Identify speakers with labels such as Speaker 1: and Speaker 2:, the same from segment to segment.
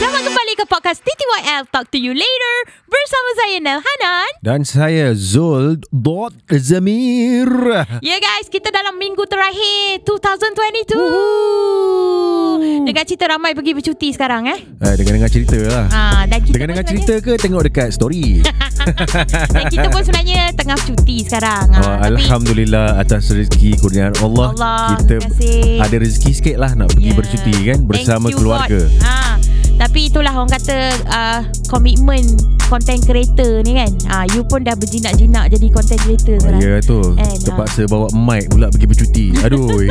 Speaker 1: Selamat kembali ke podcast TTYL Talk to you later bersama saya Nel Hanan.
Speaker 2: Dan saya Zul Dot Zamir.
Speaker 1: Ya yeah guys, kita dalam minggu terakhir 2022. Dengan cerita ramai pergi bercuti sekarang eh.
Speaker 2: Eh, dengar-dengar cerita lah.
Speaker 1: Ah, dan kita
Speaker 2: Dengar-dengar
Speaker 1: pun
Speaker 2: cerita ke tengok dekat story?
Speaker 1: sebenarnya- Dan kita pun sebenarnya tengah cuti sekarang. Ah,
Speaker 2: Oh,
Speaker 1: tapi
Speaker 2: Alhamdulillah atas rezeki kurniaan Allah.
Speaker 1: Allah,
Speaker 2: kita
Speaker 1: terima kasih.
Speaker 2: ada rezeki sikit lah nak pergi
Speaker 1: ya.
Speaker 2: bercuti kan bersama
Speaker 1: Thank you,
Speaker 2: keluarga.
Speaker 1: God. Ah, tapi itulah orang kata ah, komitmen content creator ni kan. Ah, you pun dah berjinak-jinak jadi content creator
Speaker 2: Ah,
Speaker 1: sekarang.
Speaker 2: Ya tu
Speaker 1: And, ah.
Speaker 2: Terpaksa bawa mic pula pergi bercuti Aduh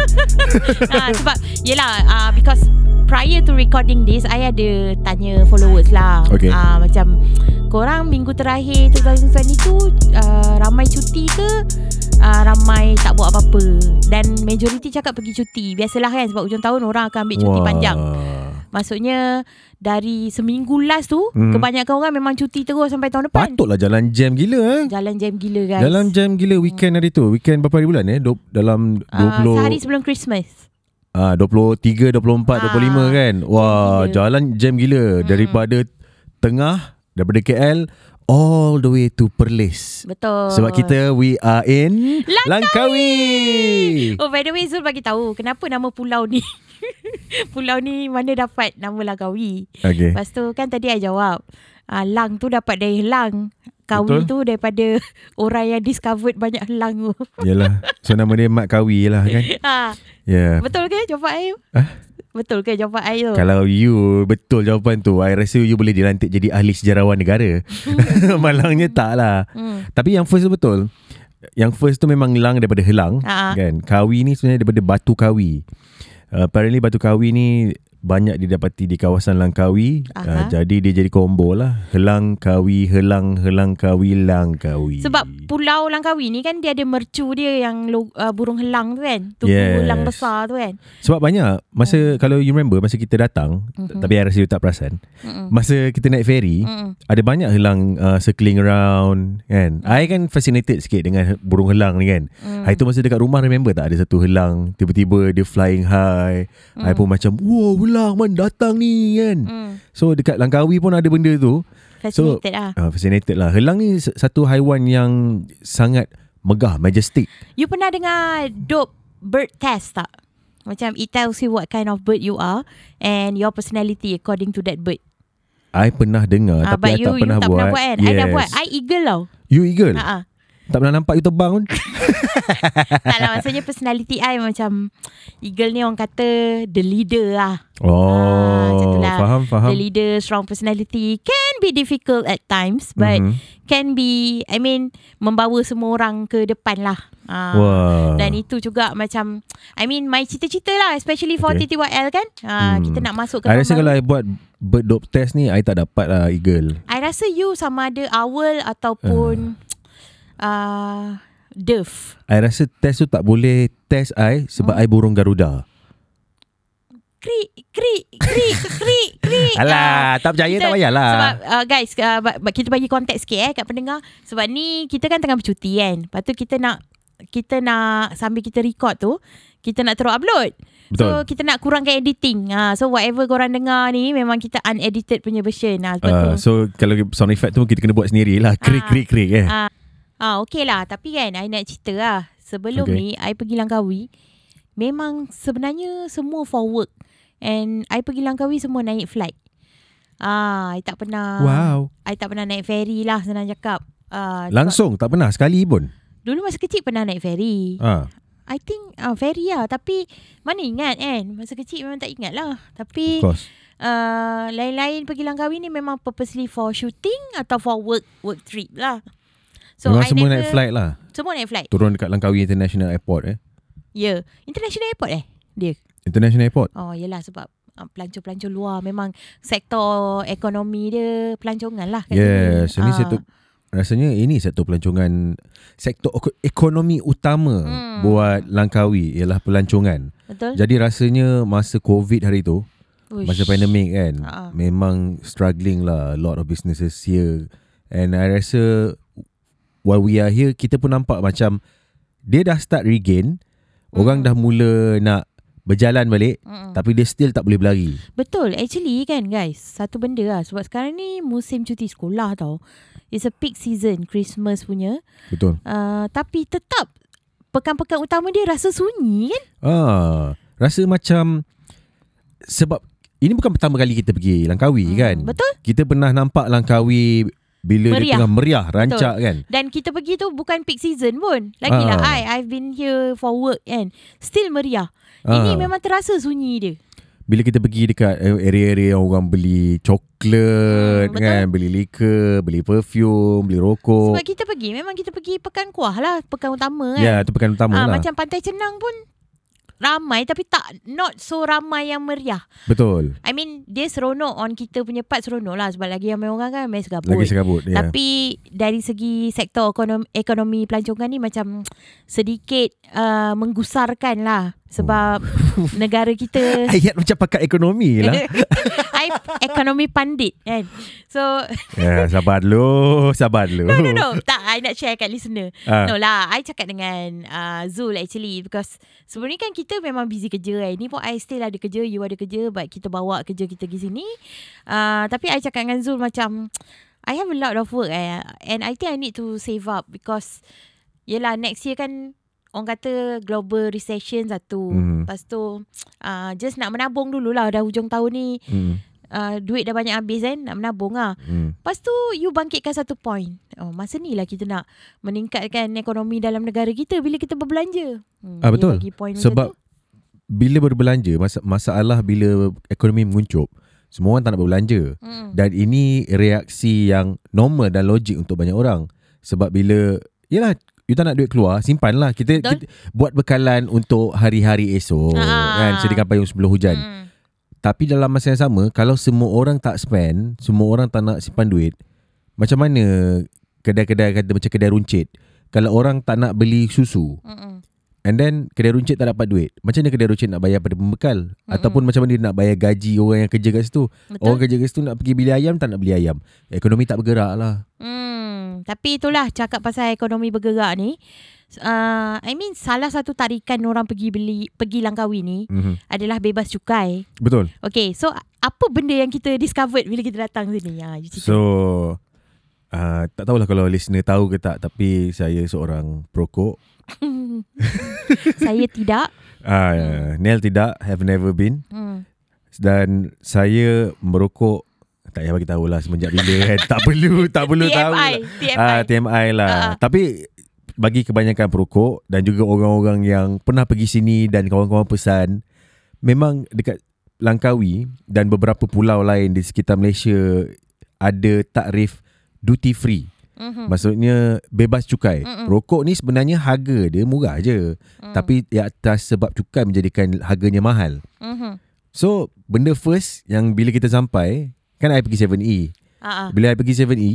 Speaker 1: ha, sebab yelah uh, because prior to recording this I ada tanya followers lah
Speaker 2: Okay.
Speaker 1: uh, macam korang minggu terakhir 2020 tu uh, ramai cuti ke uh, ramai tak buat apa-apa dan majority cakap pergi cuti biasalah kan sebab hujung tahun orang akan ambil cuti
Speaker 2: Wah.
Speaker 1: panjang maksudnya dari seminggu last tu
Speaker 2: Hmm.
Speaker 1: kebanyakan orang memang cuti terus sampai tahun depan
Speaker 2: Patutlah jalan jam gila eh
Speaker 1: jalan jam gila guys
Speaker 2: Dalam jam gila weekend hari tu Weekend berapa hari bulan eh Dua- Dalam 20
Speaker 1: uh, sehari sebelum Christmas
Speaker 2: Ah, 23, 24,
Speaker 1: Ah,
Speaker 2: 25 kan. Wah,
Speaker 1: gila. Hmm.
Speaker 2: jalan jam gila daripada tengah daripada KL all the way to Perlis.
Speaker 1: betul
Speaker 2: Sebab kita we are in
Speaker 1: Langkawi.
Speaker 2: Langkawi.
Speaker 1: Oh by the way Zul bagi tahu kenapa nama pulau ni Pulau ni mana dapat nama Langkawi.
Speaker 2: Okay.
Speaker 1: Lepas tu kan tadi I jawab. Uh, lang tu dapat dari lang. Kawi
Speaker 2: Betul.
Speaker 1: tu daripada orang yang discovered banyak lang tu.
Speaker 2: Yalah. So nama dia Mat Kawi lah kan.
Speaker 1: ha,
Speaker 2: Ya. Yeah.
Speaker 1: betul ke jawapan I?
Speaker 2: Ah?
Speaker 1: Betul ke jawapan I tu?
Speaker 2: Kalau you betul jawapan tu, I rasa you boleh dilantik jadi ahli sejarawan negara. Malangnya tak lah.
Speaker 1: Hmm.
Speaker 2: Tapi yang first tu betul. Yang first tu memang lang daripada helang
Speaker 1: Ah.
Speaker 2: kan. Kawi ni sebenarnya daripada batu kawi. Uh, apparently batu kawi ni banyak didapati di kawasan Langkawi. Uh,
Speaker 1: Aha.
Speaker 2: jadi dia jadi combo lah. Helang kawi, helang, helang kawi, lang kawi.
Speaker 1: Sebab pulau Langkawi ni kan dia ada mercu dia yang lo, uh, burung helang tu kan. Tubuh
Speaker 2: Yes.
Speaker 1: helang besar tu kan.
Speaker 2: Sebab banyak masa
Speaker 1: Hmm.
Speaker 2: kalau you remember masa kita datang mm-hmm. tapi I rasa you tak perasan.
Speaker 1: Mhm. Mm-mm.
Speaker 2: Masa kita naik ferry
Speaker 1: Mm-mm.
Speaker 2: ada banyak helang uh, circling around kan. I kan fascinated sikit dengan he- burung helang ni kan. Mm.
Speaker 1: Hmm.
Speaker 2: Hari tu masa dekat rumah remember tak ada satu helang tiba-tiba dia flying high. Mm.
Speaker 1: Hmm.
Speaker 2: I pun macam wow helang man datang ni kan. Mm.
Speaker 1: Mm.
Speaker 2: So dekat Langkawi pun ada benda tu.
Speaker 1: Fascinated so, lah.
Speaker 2: Uh, fascinated lah. Helang ni s- satu haiwan yang sangat megah, majestic.
Speaker 1: You pernah dengar dope bird test tak? Macam it tells you what kind of bird you are and your personality according to that bird.
Speaker 2: I pernah dengar
Speaker 1: Ah,
Speaker 2: uh, tapi I
Speaker 1: you
Speaker 2: tak pernah
Speaker 1: you tak
Speaker 2: buat.
Speaker 1: pernah buat kan? I dah buat. I eagle tau.
Speaker 2: You eagle?
Speaker 1: Ha ah.
Speaker 2: Tak pernah nampak you terbang pun?
Speaker 1: Tak lah maksudnya personality I macam eagle ni orang kata the leader lah. Ah, macam tu
Speaker 2: Oh,
Speaker 1: lah.
Speaker 2: faham, faham.
Speaker 1: The leader strong personality can be difficult at times but
Speaker 2: Mhm.
Speaker 1: can be I mean membawa semua orang ke depan lah. Ah.
Speaker 2: Wah.
Speaker 1: Dan itu juga macam I mean my cita-cita lah Especially for okay.
Speaker 2: Okay.
Speaker 1: TTYL kan uh,
Speaker 2: Hmm.
Speaker 1: Kita nak masuk ke
Speaker 2: I rasa
Speaker 1: tahun
Speaker 2: kalau I
Speaker 1: baru.
Speaker 2: buat bird dog test ni, I tak dapat lah eagle.
Speaker 1: I rasa you sama ada Owl ataupun
Speaker 2: Ah.
Speaker 1: uh. Uh, Dove
Speaker 2: I rasa test tu tak boleh test I sebab
Speaker 1: Hmm.
Speaker 2: I burung Garuda.
Speaker 1: Krik Krik Krik Krik Krik Ah,
Speaker 2: Alah, tak percaya
Speaker 1: kita-
Speaker 2: tak payahlah.
Speaker 1: Sebab uh, guys uh, ba- ba- Kita bagi konteks sikit eh Kat pendengar Sebab ni Kita kan tengah bercuti kan Lepas tu kita nak Kita nak Sambil kita record tu Kita nak terus upload
Speaker 2: Betul.
Speaker 1: So kita nak kurangkan editing ha, So whatever korang dengar ni Memang kita unedited punya version ha, Sebab
Speaker 2: Uh,
Speaker 1: tu
Speaker 2: so kalau sound effect tu kita kena buat sendiri lah. Krik,
Speaker 1: Ah.
Speaker 2: krik, krik eh.
Speaker 1: Ah okey lah tapi kan I nak cerita lah. Sebelum okay.
Speaker 2: Okey.
Speaker 1: ni I pergi Langkawi memang sebenarnya semua for work and I pergi Langkawi semua naik flight. Ah I tak pernah
Speaker 2: Wow.
Speaker 1: I tak pernah naik ferry lah senang cakap. Ah sebab
Speaker 2: Langsung tak pernah sekali pun.
Speaker 1: dulu masa kecil pernah naik ferry.
Speaker 2: Ha.
Speaker 1: I think ah ferry lah tapi mana ingat kan masa kecil memang tak ingat
Speaker 2: Of
Speaker 1: lah. Tapi
Speaker 2: course.
Speaker 1: uh, lain-lain pergi Langkawi ni memang purposely for shooting atau for work work trip lah.
Speaker 2: So, Memang semua naik flight lah.
Speaker 1: Semua naik flight.
Speaker 2: Turun dekat Langkawi International Airport eh.
Speaker 1: Ya, yeah. international airport eh dia.
Speaker 2: International Airport.
Speaker 1: Oh, yelah sebab uh, pelancong-pelancong luar memang sektor ekonomi dia pelancongan lah. kat
Speaker 2: Yes,
Speaker 1: sini.
Speaker 2: ini
Speaker 1: Ah.
Speaker 2: satu rasanya ini satu pelancongan sektor eko- ekonomi utama
Speaker 1: Hmm.
Speaker 2: hmm. buat Langkawi ialah pelancongan.
Speaker 1: Betul?
Speaker 2: Jadi rasanya masa COVID hari tu,
Speaker 1: Eh? Uish.
Speaker 2: masa pandemik kan,
Speaker 1: Ha.
Speaker 2: memang struggling lah a lot of businesses here. And I rasa while we are here, kita pun nampak macam dia dah start regain,
Speaker 1: Hmm.
Speaker 2: orang dah mula nak berjalan balik
Speaker 1: Mm-mm.
Speaker 2: tapi dia still tak boleh berlari.
Speaker 1: Betul. Actually kan guys, satu benda lah. Sebab sekarang ni musim cuti sekolah tau. It's a peak season, Christmas punya.
Speaker 2: Betul.
Speaker 1: Uh, tapi tetap pekan-pekan utama dia rasa sunyi kan?
Speaker 2: Ah, rasa macam sebab ini bukan pertama kali kita pergi Langkawi hmm, kan.
Speaker 1: Betul?
Speaker 2: Kita pernah nampak Langkawi bila meriah. dia
Speaker 1: Meriah.
Speaker 2: tengah meriah, rancak kan.
Speaker 1: Dan kita pergi tu bukan peak season pun. Lagilah
Speaker 2: Ah.
Speaker 1: I, I've been here for work kan. Still meriah.
Speaker 2: Ah.
Speaker 1: Ini memang terasa sunyi dia.
Speaker 2: Bila kita pergi dekat eh, area-area yang orang beli coklat
Speaker 1: Hmm, betul.
Speaker 2: kan, beli liquor, beli perfume, beli rokok.
Speaker 1: Sebab kita pergi, memang kita pergi pekan kuah lah. Pekan utama kan.
Speaker 2: Ya, tu pekan pertama
Speaker 1: Ah,
Speaker 2: lah.
Speaker 1: Macam Pantai Cenang pun ramai tapi tak not so ramai yang meriah.
Speaker 2: Betul.
Speaker 1: I mean dia seronok on kita punya part seronok lah sebab lagi ramai orang kan main segabut.
Speaker 2: Lagi serabut. Ya.
Speaker 1: Tapi dari segi sektor ekonomi, ekonomi pelancongan ni macam sedikit uh, menggusarkan lah sebab negara kita
Speaker 2: Ayat macam pakar ekonomi Oh. lah.
Speaker 1: I ekonomi pandit kan. So
Speaker 2: ya, sabar dulu, sabar dulu.
Speaker 1: no no no tak I nak share kat listener.
Speaker 2: Ah.
Speaker 1: No lah, I cakap dengan uh, Zul actually because sebelum ni kan kita memang busy kerja kan. Ni pun I still ada kerja, you ada kerja but kita bawa kerja kita pergi sini. Uh, tapi I cakap dengan Zul macam I have a lot of work eh, and I think I need to save up because yelah next year kan orang kata global recession satu.
Speaker 2: Mhm.
Speaker 1: Lepas tu uh, just nak menabung dululah dah hujung tahun ni
Speaker 2: Hmm,
Speaker 1: uh, duit dah banyak habis kan nak menabung lah.
Speaker 2: hmm.
Speaker 1: Lepas tu you bangkitkan satu point. Oh, masa ni lah kita nak meningkatkan ekonomi dalam negara kita bila kita berbelanja. Hmm,
Speaker 2: Ah,
Speaker 1: dia
Speaker 2: betul.
Speaker 1: bagi point macam
Speaker 2: Sebab
Speaker 1: tu.
Speaker 2: bila berbelanja masa- masalah bila ekonomi menguncup, semua orang tak nak berbelanja.
Speaker 1: Mm.
Speaker 2: Dan ini reaksi yang normal dan logik untuk banyak orang. Sebab bila yalah you tak nak duit keluar, simpanlah. Kita,
Speaker 1: Betul.
Speaker 2: kita buat bekalan untuk hari-hari esok
Speaker 1: Ah.
Speaker 2: kan, sediakan payung sebelum hujan.
Speaker 1: Mm.
Speaker 2: Tapi dalam masa yang sama, kalau semua orang tak spend, semua orang tak nak simpan duit, macam mana kedai-kedai kata macam kedai runcit, kalau orang tak nak beli susu,
Speaker 1: Mm-mm.
Speaker 2: And then kedai runcit tak dapat duit. Macam mana kedai runcit nak bayar pada pembekal?
Speaker 1: Hmm.
Speaker 2: Mm-mm. Ataupun macam mana dia nak bayar gaji orang yang kerja kat situ?
Speaker 1: Betul.
Speaker 2: Betul. Orang kerja kat situ nak pergi beli ayam tak nak beli ayam. Ekonomi tak bergerak lah.
Speaker 1: Hmm, tapi itulah cakap pasal ekonomi bergerak ni. Uh, I mean salah satu tarikan orang pergi beli pergi Langkawi ni
Speaker 2: Mm-hmm.
Speaker 1: adalah bebas cukai.
Speaker 2: Betul.
Speaker 1: Okay, so apa benda yang kita discovered bila kita datang sini? Ha, you cerita.
Speaker 2: So uh, tak tahulah kalau listener tahu ke tak tapi saya seorang perokok.
Speaker 1: Saya tidak.
Speaker 2: Uh, Nel tidak have never been
Speaker 1: Hmm.
Speaker 2: dan saya merokok tak payah bagi tahulah semenjak bila kan. tak perlu tak perlu tahu.
Speaker 1: TMI,
Speaker 2: Ah,
Speaker 1: TMI.
Speaker 2: TMI lah.
Speaker 1: Ah, ah.
Speaker 2: Tapi bagi kebanyakan perokok dan juga orang-orang yang pernah pergi sini dan kawan-kawan pesan, memang dekat Langkawi dan beberapa pulau lain di sekitar Malaysia ada takrif duty free.
Speaker 1: Mhm.
Speaker 2: Maksudnya bebas cukai.
Speaker 1: Hmm,
Speaker 2: Rokok ni sebenarnya harga dia murah je. Tapi di atas sebab cukai menjadikan harganya mahal.
Speaker 1: Mhm.
Speaker 2: So, benda first yang bila kita sampai, kan I pergi 7E.
Speaker 1: Ha ah.
Speaker 2: Bila I pergi 7E,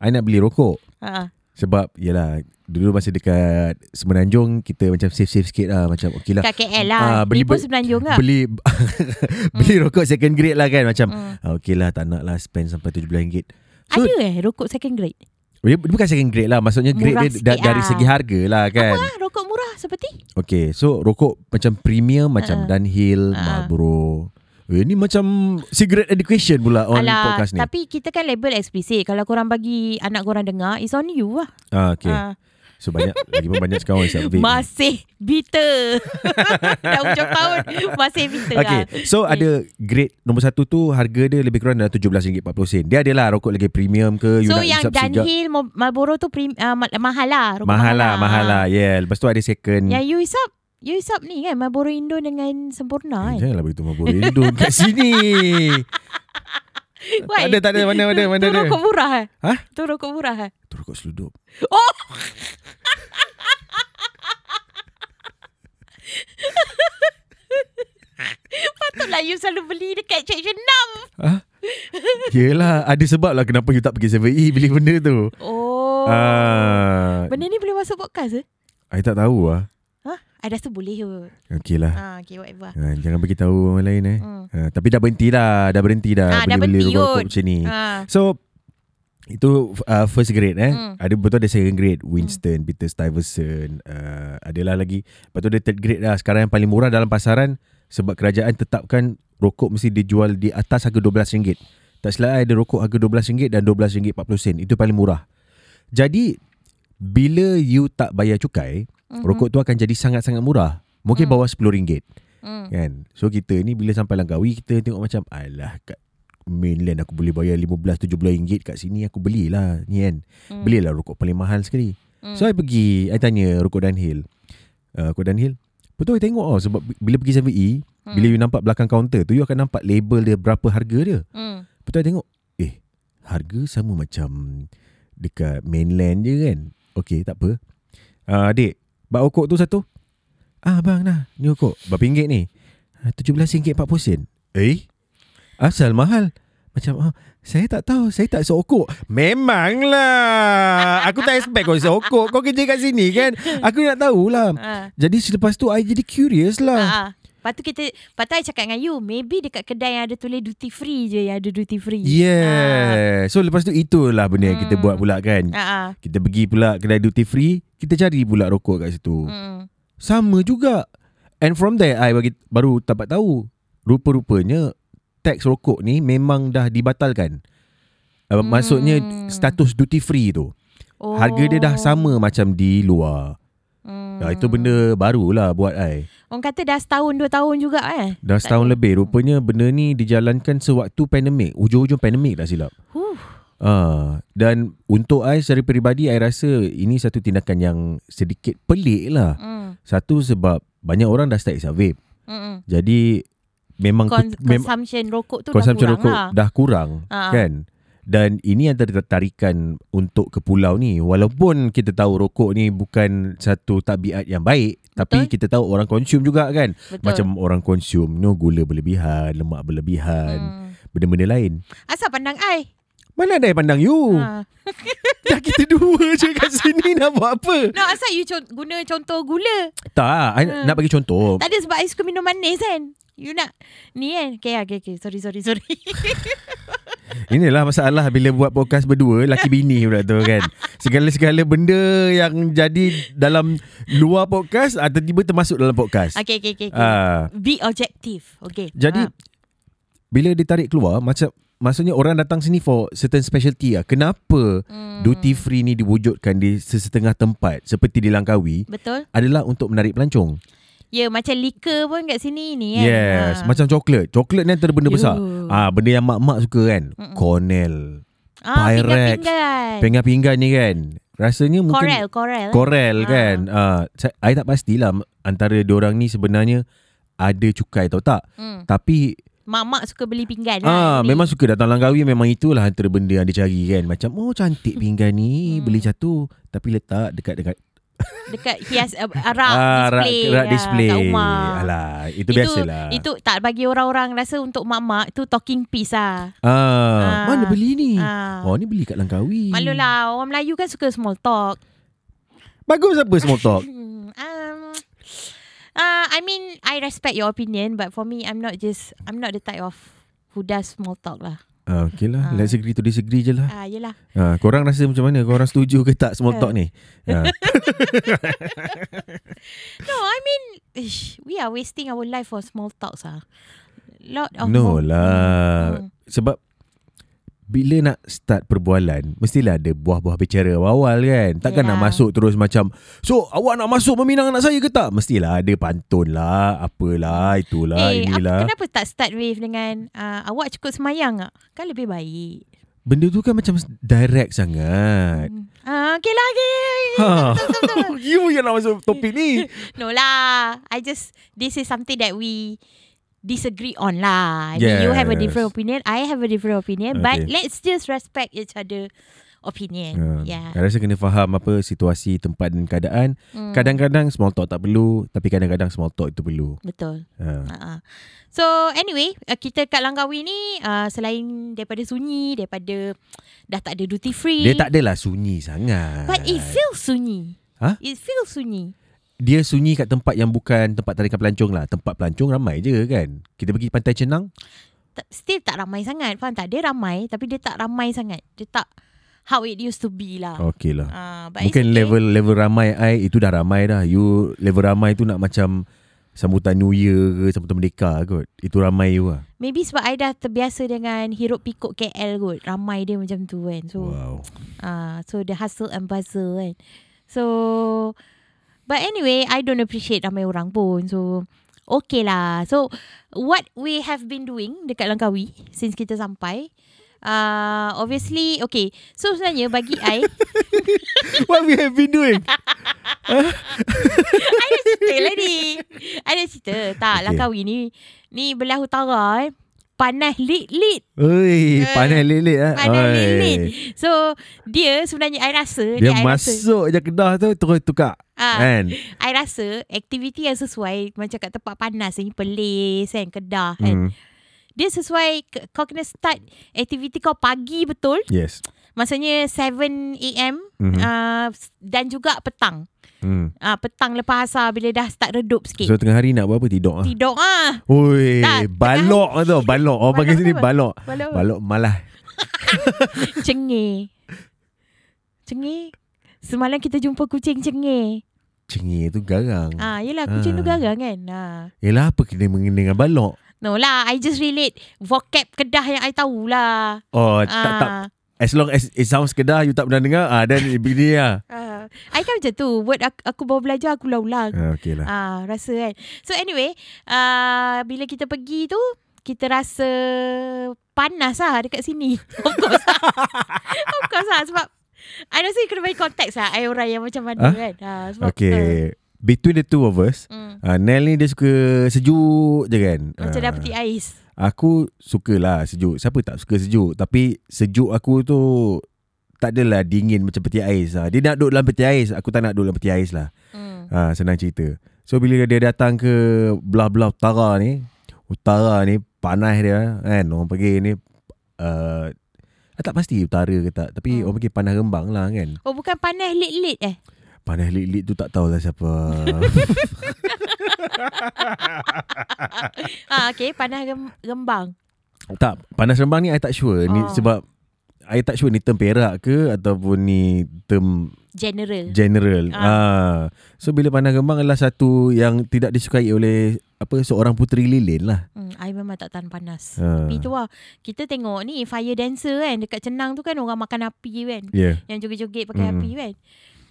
Speaker 2: I nak beli rokok.
Speaker 1: Ha ah.
Speaker 2: Sebab yelah Dulu masa dekat Semenanjung Kita macam save-save sikit lah Macam okey lah
Speaker 1: Kat KL lah.
Speaker 2: Ah,
Speaker 1: Ni
Speaker 2: beli
Speaker 1: pun
Speaker 2: ber-
Speaker 1: Semenanjung lah. Hmm.
Speaker 2: Beli Beli rokok second grade lah kan Macam ah, okey lah tak nak lah Spend sampai RM17 So
Speaker 1: Ada eh rokok second grade?
Speaker 2: Oh, dia, dia bukan second grade lah Maksudnya grade
Speaker 1: Murah
Speaker 2: dia da-
Speaker 1: sikit
Speaker 2: Dari
Speaker 1: lah.
Speaker 2: segi harga lah kan
Speaker 1: Ah, rokok murah seperti?
Speaker 2: Okay so rokok Macam premium
Speaker 1: Ha.
Speaker 2: Macam Dunhill Marlboro Eh, ni macam cigarette education pula on
Speaker 1: Alah,
Speaker 2: podcast Oh, ni.
Speaker 1: tapi kita kan label explicit. Kalau korang bagi anak korang dengar, it's on you lah.
Speaker 2: Ah, okay.
Speaker 1: Ah.
Speaker 2: So banyak lagi pun banyak sekarang orang isap vape.
Speaker 1: Masih bitter. Dah hujung tahun, masih bitter
Speaker 2: Okay
Speaker 1: lah.
Speaker 2: So ada grade Nombor satu tu Harga dia lebih kurang Dalam RM17.40 Dia adalah rokok lagi premium ke you
Speaker 1: So
Speaker 2: nak
Speaker 1: yang
Speaker 2: hisap sigap.
Speaker 1: Dunhill, Mo- Marlboro tu prim, uh, mahal lah. Rokok Ya,
Speaker 2: Mahal lah Mahal lah
Speaker 1: Ah.
Speaker 2: Yeah Lepas tu ada second
Speaker 1: Yang you hisap, you hisap ni kan Marlboro Indo dengan Sempurna
Speaker 2: Eh,
Speaker 1: kan.
Speaker 2: Janganlah begitu Mabuk rindu kat sini Tak
Speaker 1: Why?
Speaker 2: ada tak ada Mana mana
Speaker 1: Tu-
Speaker 2: mana
Speaker 1: Tu
Speaker 2: ada
Speaker 1: rokok murah eh?
Speaker 2: Ha?
Speaker 1: Tu rokok murah eh?
Speaker 2: Tu rokok seludup
Speaker 1: Oh! Patutlah you lah, selalu beli dekat section 6.
Speaker 2: ha? Yelah Ada sebab lah Kenapa you tak pergi 7E E, Beli benda tu
Speaker 1: Oh, Oh.
Speaker 2: Ah,
Speaker 1: Benda ni boleh masuk podcast ke?
Speaker 2: I tak tahu lah.
Speaker 1: Huh? I rasa boleh ke?
Speaker 2: Okey lah.
Speaker 1: Ah, okay, whatever.
Speaker 2: Ah, jangan bagi tahu orang lain eh.
Speaker 1: Hmm.
Speaker 2: Ah, tapi dah berhenti dah, dah berhenti dah.
Speaker 1: Ah, dah
Speaker 2: benda-benda
Speaker 1: berhenti
Speaker 2: rokok
Speaker 1: kot.
Speaker 2: macam ni.
Speaker 1: Ah.
Speaker 2: So itu uh, first grade eh.
Speaker 1: Hmm.
Speaker 2: Ada betul ada second grade Winston, Peter Stuyvesant, uh, adalah lagi. Lepas tu ada third grade lah. Sekarang yang paling murah dalam pasaran sebab kerajaan tetapkan rokok mesti dijual di atas harga RM12. Tak silap I, ada rokok harga RM12 dan RM12.40. Itu paling murah. Jadi bila you tak bayar cukai, mm-hmm. rokok tu akan jadi sangat-sangat murah. Mungkin mm. bawah RM10.
Speaker 1: Hmm.
Speaker 2: Kan So kita ni Bila sampai Langkawi Kita tengok macam Alah kat mainland Aku boleh bayar RM15-17 Kat sini aku belilah Ni kan hmm. Belilah rokok paling mahal sekali hmm. So I pergi I tanya rokok Dunhill uh, Rokok Dunhill Betul I tengok oh, Sebab bi- bila pergi 7E hmm. Bila you nampak belakang kaunter tu You akan nampak label dia Berapa harga dia
Speaker 1: Hmm.
Speaker 2: Betul I tengok Eh Harga sama macam Dekat mainland je kan Okay tak apa uh, Adik Bak okok tu satu Ah bang lah Ni okok Berapa ringgit ni Ah, RM17.40 Eh Asal mahal Macam ah, Saya tak tahu Saya tak seokok Memanglah Aku tak expect kau seokok Kau kerja kat sini kan Aku nak tahulah
Speaker 1: Ah.
Speaker 2: Jadi selepas tu I jadi curious lah
Speaker 1: Ah. Lepas tu kita Lepas tu I cakap dengan you Maybe dekat kedai yang ada tulis duty free je Yang ada duty free
Speaker 2: Yeah So lepas tu itulah benda yang kita
Speaker 1: Hmm.
Speaker 2: buat pula kan
Speaker 1: ah. Ah.
Speaker 2: Kita pergi pula kedai duty free, kita cari pula rokok kat situ. Hmm.
Speaker 1: Hmm.
Speaker 2: Sama juga. And from there I bagi baru dapat tahu rupa-rupanya tax rokok ni memang dah dibatalkan. Uh,
Speaker 1: Hmm.
Speaker 2: Maksudnya status duty free tu. Oh.
Speaker 1: Oh.
Speaker 2: Harga dia dah sama macam di luar. Hmm.
Speaker 1: hmm.
Speaker 2: Ya, itu benda barulah buat I.
Speaker 1: Orang kata dah setahun dua tahun juga eh
Speaker 2: Dah setahun lebih rupanya benda ni dijalankan sewaktu pandemik. Ujung-ujung pandemik tak silap.
Speaker 1: huh.
Speaker 2: Ah, dan untuk I secara peribadi I rasa ini satu tindakan yang sedikit pelik lah.
Speaker 1: hmm.
Speaker 2: Satu sebab banyak orang dah start isap vape.
Speaker 1: Hmm.
Speaker 2: Jadi memang
Speaker 1: Kon-
Speaker 2: mem-
Speaker 1: Consumption rokok tu
Speaker 2: konsumsi
Speaker 1: dah kurang
Speaker 2: rokok
Speaker 1: lah
Speaker 2: dah kurang
Speaker 1: Ah.
Speaker 2: kan. Dan ini antara tertarikan untuk ke pulau ni. Walaupun kita tahu rokok ni bukan satu tabiat yang baik, tapi
Speaker 1: Betul.
Speaker 2: kita tahu orang konsum juga kan.
Speaker 1: Betul.
Speaker 2: Macam orang konsum no gula berlebihan, lemak berlebihan,
Speaker 1: hmm.
Speaker 2: benda-benda lain.
Speaker 1: Asal pandang I
Speaker 2: Mana ada yang pandang you?
Speaker 1: ha.
Speaker 2: Dah kita dua je kat sini nak buat apa?
Speaker 1: No asal you con- guna contoh gula
Speaker 2: Tak, I
Speaker 1: Hmm.
Speaker 2: nak bagi contoh.
Speaker 1: Tak ada sebab I suka minum manis kan You nak Ni kan Okay okay, okay. Sorry sorry sorry
Speaker 2: Inilah masalah bila buat podcast berdua laki bini pula tu kan. Segala-segala benda yang jadi dalam luar podcast ah, tiba-tiba termasuk dalam podcast.
Speaker 1: Okay okay okay, okay.
Speaker 2: Ah,
Speaker 1: Be objective Okay
Speaker 2: jadi
Speaker 1: ha.
Speaker 2: bila ditarik keluar macam maksudnya orang datang sini for certain specialty ah. Kenapa
Speaker 1: Hmm.
Speaker 2: duty free ni diwujudkan di sesetengah tempat seperti di Langkawi
Speaker 1: Betul
Speaker 2: adalah untuk menarik pelancong.
Speaker 1: Ya yeah, macam liquor pun kat sini ni kan
Speaker 2: Yes,
Speaker 1: Ha.
Speaker 2: macam coklat. Coklat ni antara benda
Speaker 1: Yo.
Speaker 2: besar. Ah, benda yang mak-mak suka kan. Cornell,
Speaker 1: ah,
Speaker 2: Pyrex,
Speaker 1: Pinggan-pinggan
Speaker 2: pengah-pinggan ni kan. Rasanya mungkin
Speaker 1: Corel Corel Cor-
Speaker 2: Korel
Speaker 1: Ha.
Speaker 2: kan uh, I tak pastilah Antara diorang ni sebenarnya Ada cukai tau tak
Speaker 1: hmm.
Speaker 2: Tapi
Speaker 1: Mak-mak suka beli pinggan
Speaker 2: ah
Speaker 1: lah, beli.
Speaker 2: Memang suka datang Langkawi Memang itulah antara benda yang dia cari kan Macam oh cantik pinggan ni
Speaker 1: Hmm.
Speaker 2: Beli satu Tapi letak dekat-dekat
Speaker 1: Dekat hias uh, rak
Speaker 2: Ah, rak,
Speaker 1: display
Speaker 2: rak
Speaker 1: ah,
Speaker 2: display
Speaker 1: Kat rumah
Speaker 2: Alah Itu, itu biasalah
Speaker 1: Itu tak bagi orang-orang rasa Untuk mak-mak Tu talking piece lah
Speaker 2: ah,
Speaker 1: Ah,
Speaker 2: Mana beli ni
Speaker 1: ah.
Speaker 2: Oh ni beli kat Langkawi
Speaker 1: Maklulah Orang Melayu kan suka small talk
Speaker 2: Bagus apa small talk
Speaker 1: Hmm, um, uh, I mean, I respect your opinion, but for me, I'm not just, I'm not the type of who does small talk lah.
Speaker 2: ah, Okay lah
Speaker 1: Ah.
Speaker 2: Let's agree to disagree je lah
Speaker 1: Ah, uh, yelah.
Speaker 2: ah, Korang rasa macam mana Korang setuju ke tak
Speaker 1: Eh.
Speaker 2: small talk ni ah.
Speaker 1: No, I mean, ish, we are wasting our life for small talks ah. Lot of
Speaker 2: No
Speaker 1: more-
Speaker 2: lah
Speaker 1: Hmm.
Speaker 2: Sebab Bila nak start perbualan Mestilah ada buah-buah bicara awal-awal kan Takkan nak
Speaker 1: Yelah.
Speaker 2: masuk terus macam So awak nak masuk meminang anak saya ke tak? Mestilah ada pantun lah Apalah itulah Ah,
Speaker 1: Eh, apa,
Speaker 2: inilah
Speaker 1: kenapa tak start with dengan uh, awak cukup semayang tak? Kan lebih baik.
Speaker 2: Benda tu kan macam direct sangat
Speaker 1: Hmm. Ah, okay lah, okay.
Speaker 2: Ha.
Speaker 1: Betul, betul, betul.
Speaker 2: You yang nak masuk topik ni
Speaker 1: No lah. I just this is something that we disagree on lah. I mean, you have a
Speaker 2: Yes.
Speaker 1: different opinion. I have a different opinion. But
Speaker 2: Okay.
Speaker 1: let's just respect each other opinion.
Speaker 2: Uh,
Speaker 1: Yeah.
Speaker 2: I rasa kena faham apa situasi, tempat dan keadaan.
Speaker 1: Hmm.
Speaker 2: Mm. Kadang-kadang small talk tak perlu, tapi kadang-kadang small talk itu perlu.
Speaker 1: Betul.
Speaker 2: Uh.
Speaker 1: Uh-huh. So anyway, uh, kita kat Langkawi ni uh, selain daripada sunyi, daripada dah tak ada duty free.
Speaker 2: Dia tak adalah sunyi sangat.
Speaker 1: But it feels sunyi.
Speaker 2: Huh?
Speaker 1: It feels sunyi.
Speaker 2: Dia sunyi kat tempat yang bukan tempat tarikan pelancong lah. Tempat pelancong ramai je kan. Kita pergi Pantai Cenang,
Speaker 1: Ta- Still tak ramai sangat. Faham tak? Dia ramai tapi dia tak ramai sangat. Dia tak how it used to be lah.
Speaker 2: okey lah.
Speaker 1: Uh, but it's
Speaker 2: Mungkin
Speaker 1: okay.
Speaker 2: level level ramai I itu dah ramai dah. You level ramai tu nak macam sambutan New Year ke sambutan Merdeka kot. Itu ramai you lah.
Speaker 1: Maybe sebab I dah terbiasa dengan hirup pikuk KL kot. Ramai dia macam tu kan. So, wow.
Speaker 2: Wow.
Speaker 1: uh, so the hustle and bustle kan. So, but anyway, I don't appreciate ramai orang pun. So, okay lah. So, what we have been doing dekat Langkawi since kita sampai. Uh, obviously, okay. So, sebenarnya bagi I,
Speaker 2: What we have been doing?
Speaker 1: I dah cerita lah ni. I dah cerita. Tak, okay.
Speaker 2: Okay.
Speaker 1: Langkawi ni, ni belah utara eh. Panas lit-lit.
Speaker 2: Oi,
Speaker 1: Eh,
Speaker 2: pandai lelit ah.
Speaker 1: Panas
Speaker 2: Oi.
Speaker 1: lit-lit. So, dia sebenarnya I rasa.
Speaker 2: Dia
Speaker 1: I rasa,
Speaker 2: masuk je kedah tu terus tukar.
Speaker 1: Ah.
Speaker 2: Kan?
Speaker 1: I rasa aktiviti yang sesuai macam kat tempat panas ni Perlis kan Kedah kan
Speaker 2: Hmm.
Speaker 1: Dia sesuai k- kau kena start aktiviti kau pagi betul
Speaker 2: Yes.
Speaker 1: Maksudnya 7am
Speaker 2: Mhm.
Speaker 1: uh, dan juga petang
Speaker 2: Hmm.
Speaker 1: uh, Petang lepas asar bila dah start redup sikit
Speaker 2: So tengah hari nak buat apa tidur ah.
Speaker 1: Tidur ah.
Speaker 2: Oi,
Speaker 1: Tak,
Speaker 2: balok tu, balok. Orang panggil
Speaker 1: Balok
Speaker 2: sini
Speaker 1: apa?
Speaker 2: balok.
Speaker 1: Walau
Speaker 2: Balok malah.
Speaker 1: cengih Cengih Semalam kita jumpa kucing cengih
Speaker 2: Cengih tu garang.
Speaker 1: Ah, yelah kucing tu
Speaker 2: Ah.
Speaker 1: garang kan ah.
Speaker 2: Yelah apa kena mengena dengan balok?
Speaker 1: No lah I just relate Vocab Kedah yang I tahulah Ah.
Speaker 2: Oh, tak tak As long as it sounds Kedah You tak pernah dengar ah, Then it begini lah
Speaker 1: Uh, I kan macam tu Word aku, aku baru belajar Aku ulang-ulang
Speaker 2: ah, Okay lah
Speaker 1: Ah, Rasa kan So anyway uh, Bila kita pergi tu Kita rasa Panas lah Dekat sini Of course lah Of course lah Sebab I rasa you kena bagi konteks lah I orang yang macam mana
Speaker 2: Ah?
Speaker 1: kan uh, sebab, uh,
Speaker 2: Okay Between the two of us
Speaker 1: mm,
Speaker 2: Uh, Nell ni dia suka sejuk je kan
Speaker 1: Macam
Speaker 2: Ah,
Speaker 1: dah peti ais
Speaker 2: Aku sukalah sejuk Siapa tak suka sejuk Tapi sejuk aku tu Tak adalah dingin macam peti ais lah Dia nak duduk dalam peti ais Aku tak nak duduk dalam peti ais lah
Speaker 1: mm.
Speaker 2: ah, Senang cerita So bila dia datang ke Belah-belah utara ni Utara ni Panas dia kan Orang pergi ni uh, ah, Tak pasti utara ke tak Tapi
Speaker 1: Hmm.
Speaker 2: orang pergi panas rembang lah kan
Speaker 1: Oh bukan panas lit-lit eh
Speaker 2: Panas lit-lit tu tak tahulah siapa.
Speaker 1: ah, Okay panas gem- gembang
Speaker 2: tak, panas rembang ni I tak sure. Ni
Speaker 1: Oh.
Speaker 2: sebab I tak sure ni term perak ke ataupun ni term
Speaker 1: General
Speaker 2: general.
Speaker 1: Ah.
Speaker 2: Ah. So bila panas rembang adalah satu yang tidak disukai oleh apa seorang puteri lilin lah.
Speaker 1: mm, I memang tak tahan panas
Speaker 2: Ah.
Speaker 1: Tapi tu lah Kita tengok ni Fire dancer kan Dekat Cenang tu kan Orang makan api kan
Speaker 2: Ya.
Speaker 1: Yang joget-joget
Speaker 2: Mm.
Speaker 1: pakai api kan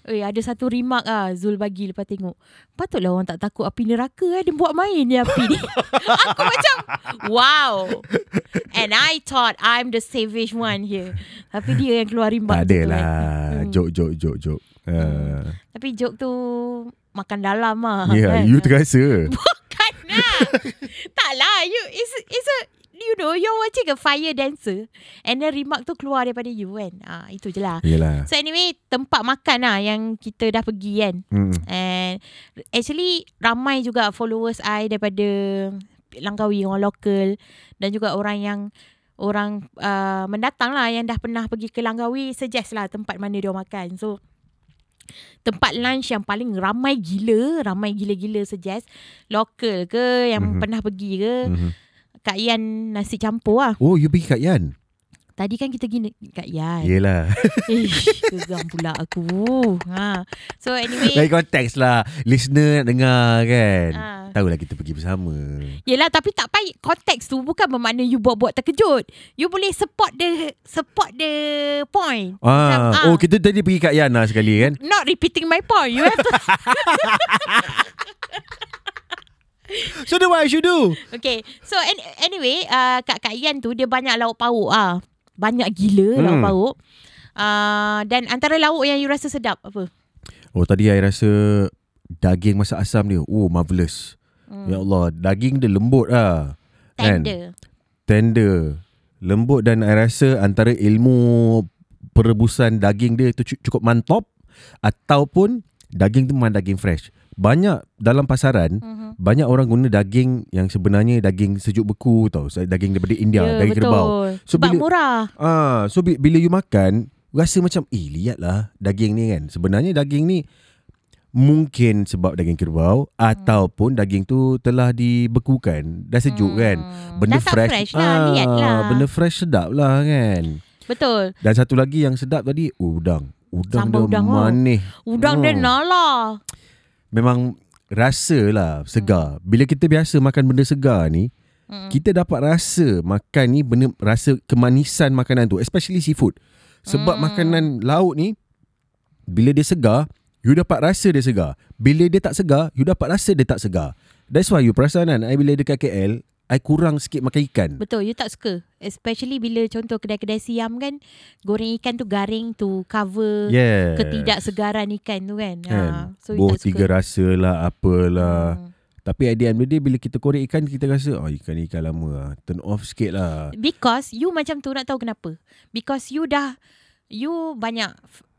Speaker 1: Eh ada satu remark ah Zul bagi lepas tengok. Patutlah orang tak takut api neraka eh dia buat main ni api ni. Aku macam wow. And I thought I'm the savage one here. Tapi dia yang keluar
Speaker 2: Tak
Speaker 1: remark
Speaker 2: ada
Speaker 1: tu
Speaker 2: lah.
Speaker 1: Kan. Hmm.
Speaker 2: Jok jok jok jok.
Speaker 1: Hmm.
Speaker 2: Ah.
Speaker 1: Tapi joke tu makan dalam ah.
Speaker 2: Ya, yeah,
Speaker 1: kan?
Speaker 2: you terasa.
Speaker 1: Bukan lah. tak lah. You, it's, it's a, you know, you're watching a fire dancer. And then remark tu keluar daripada you kan. Ah, itu je lah.
Speaker 2: Yalah.
Speaker 1: So anyway, tempat makan lah yang kita dah pergi kan.
Speaker 2: Hmm.
Speaker 1: And actually ramai juga followers I daripada Langkawi, orang lokal dan juga orang yang orang uh, mendatang lah yang dah pernah pergi ke Langkawi suggest lah tempat mana dia orang makan. So tempat lunch yang paling ramai gila, ramai gila-gila suggest lokal ke yang mm-hmm.
Speaker 2: Mhm.
Speaker 1: pernah pergi ke
Speaker 2: Mhm.
Speaker 1: Kak Ian nasi campur lah.
Speaker 2: Oh, you pergi kat Yan?
Speaker 1: Tadi kan kita gini Kak Ian.
Speaker 2: Yelah.
Speaker 1: Ish, geram pula aku. Ha. So anyway,
Speaker 2: Bagi konteks lah. Listener nak dengar kan.
Speaker 1: Ah.
Speaker 2: Tahulah kita pergi bersama.
Speaker 1: Yelah tapi tak payah konteks tu bukan bermakna you buat-buat terkejut. You boleh support the support the point. Macam,
Speaker 2: Ah,
Speaker 1: ah.
Speaker 2: oh kita tadi pergi kat Yana sekali kan?
Speaker 1: Not repeating my point. You have to
Speaker 2: So then what I should do?
Speaker 1: Okay. So an- anyway, uh, kat Kak Ian tu dia banyak lauk pauk ah. Banyak gila hmm.
Speaker 2: Hmm.
Speaker 1: lauk pauk. Uh, dan antara lauk yang you rasa sedap apa?
Speaker 2: Oh tadi I rasa daging masak asam dia. Oh marvelous.
Speaker 1: Hmm,
Speaker 2: Ya Allah, daging dia lembut lah. Kan?
Speaker 1: tender.
Speaker 2: Tender. Lembut dan I rasa antara ilmu perebusan daging dia tu cu- cukup mantap ataupun daging tu memang daging fresh. Banyak dalam pasaran
Speaker 1: Mhm.
Speaker 2: banyak orang guna daging yang sebenarnya daging sejuk beku tau, daging daripada India,
Speaker 1: Ya,
Speaker 2: daging
Speaker 1: betul.
Speaker 2: kerbau. So,
Speaker 1: Sebab
Speaker 2: bila-
Speaker 1: murah.
Speaker 2: Ah, so bi- bila you makan, rasa macam eh lihatlah daging ni kan. Sebenarnya daging ni mungkin sebab daging kerbau hmm. ataupun daging tu telah dibekukan, dah sejuk hmm. kan. Benda
Speaker 1: Dah tak
Speaker 2: fresh. Ah,
Speaker 1: fresh lah, lihatlah.
Speaker 2: Benda fresh sedap lah kan.
Speaker 1: Betul.
Speaker 2: Dan satu lagi yang sedap tadi oh, udang. Udang
Speaker 1: Sambal
Speaker 2: dia udang
Speaker 1: udang, oh.
Speaker 2: manis.
Speaker 1: Udang
Speaker 2: Hmm.
Speaker 1: dia nala.
Speaker 2: Memang rasa lah segar. Bila kita biasa makan benda segar ni,
Speaker 1: Mm.
Speaker 2: kita dapat rasa makan ni benda rasa kemanisan makanan tu especially seafood sebab
Speaker 1: Hmm.
Speaker 2: makanan laut ni bila dia segar you dapat rasa dia segar bila dia tak segar you dapat rasa dia tak segar that's why you perasan kan I bila dekat KL I kurang sikit makan ikan
Speaker 1: Betul, you tak suka. Especially bila contoh kedai-kedai siam kan, goreng ikan tu garing tu cover yeah.
Speaker 2: yeah
Speaker 1: ketidaksegaran ikan tu kan. Ha,
Speaker 2: kan
Speaker 1: so you
Speaker 2: boh
Speaker 1: tak suka.
Speaker 2: tiga rasa lah apalah
Speaker 1: Hmm.
Speaker 2: tapi at the end of the day bila kita korek ikan kita rasa oh ikan ni ikan lama lah turn off sikit lah
Speaker 1: Because you macam tu nak tahu kenapa. Because you dah you banyak